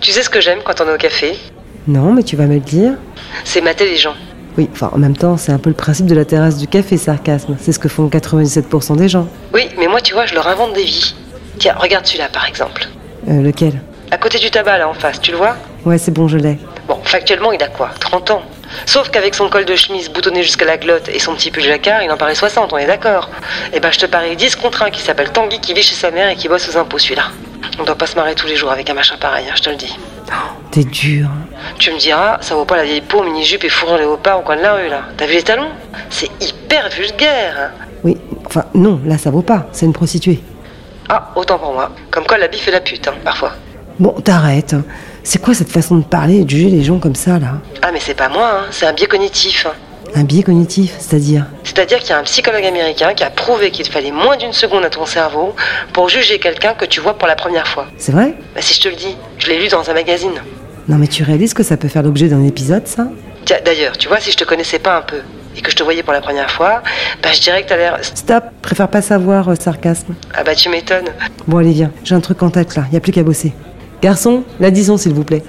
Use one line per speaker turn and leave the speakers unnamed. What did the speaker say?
Tu sais ce que j'aime quand on est au café
Non, mais tu vas me le dire.
C'est mater les gens.
Oui, enfin, en même temps, c'est un peu le principe de la terrasse du café, sarcasme. C'est ce que font 97% des gens.
Oui, mais moi, tu vois, je leur invente des vies. Tiens, regarde celui-là, par exemple.
Euh, lequel
À côté du tabac, là, en face, tu le vois
Ouais, c'est bon, je l'ai.
Bon, factuellement, il a quoi 30 ans. Sauf qu'avec son col de chemise boutonné jusqu'à la glotte et son petit pull jacquard, il en paraît 60, on est d'accord Eh ben, je te parie 10 contre 1 qui s'appelle Tanguy, qui vit chez sa mère et qui bosse aux impôts, celui-là. On doit pas se marrer tous les jours avec un machin pareil, hein, je te le dis.
Oh, T'es dur.
Tu me diras, ça vaut pas la vieille peau, mini-jupe et fourrure léopard au coin de la rue, là. T'as vu les talons C'est hyper vulgaire
Oui, enfin, non, là, ça vaut pas. C'est une prostituée.
Ah, autant pour moi. Comme quoi, la bif fait la pute, hein, parfois.
Bon, t'arrêtes. C'est quoi cette façon de parler et de juger les gens comme ça, là
Ah, mais c'est pas moi, hein, c'est un biais cognitif. hein.
Un biais cognitif, c'est-à-dire
C'est-à-dire qu'il y a un psychologue américain qui a prouvé qu'il fallait moins d'une seconde à ton cerveau pour juger quelqu'un que tu vois pour la première fois.
C'est vrai
Bah, si je te le dis, je l'ai lu dans un magazine.
Non, mais tu réalises que ça peut faire l'objet d'un épisode, ça
Tiens, d'ailleurs, tu vois, si je te connaissais pas un peu et que je te voyais pour la première fois, bah, je dirais que t'as l'air.
Stop, préfère pas savoir, euh, sarcasme.
Ah, bah, tu m'étonnes.
Bon, allez, viens, j'ai un truc en tête, là. Y a plus qu'à bosser. Garçon, la disons, s'il vous plaît.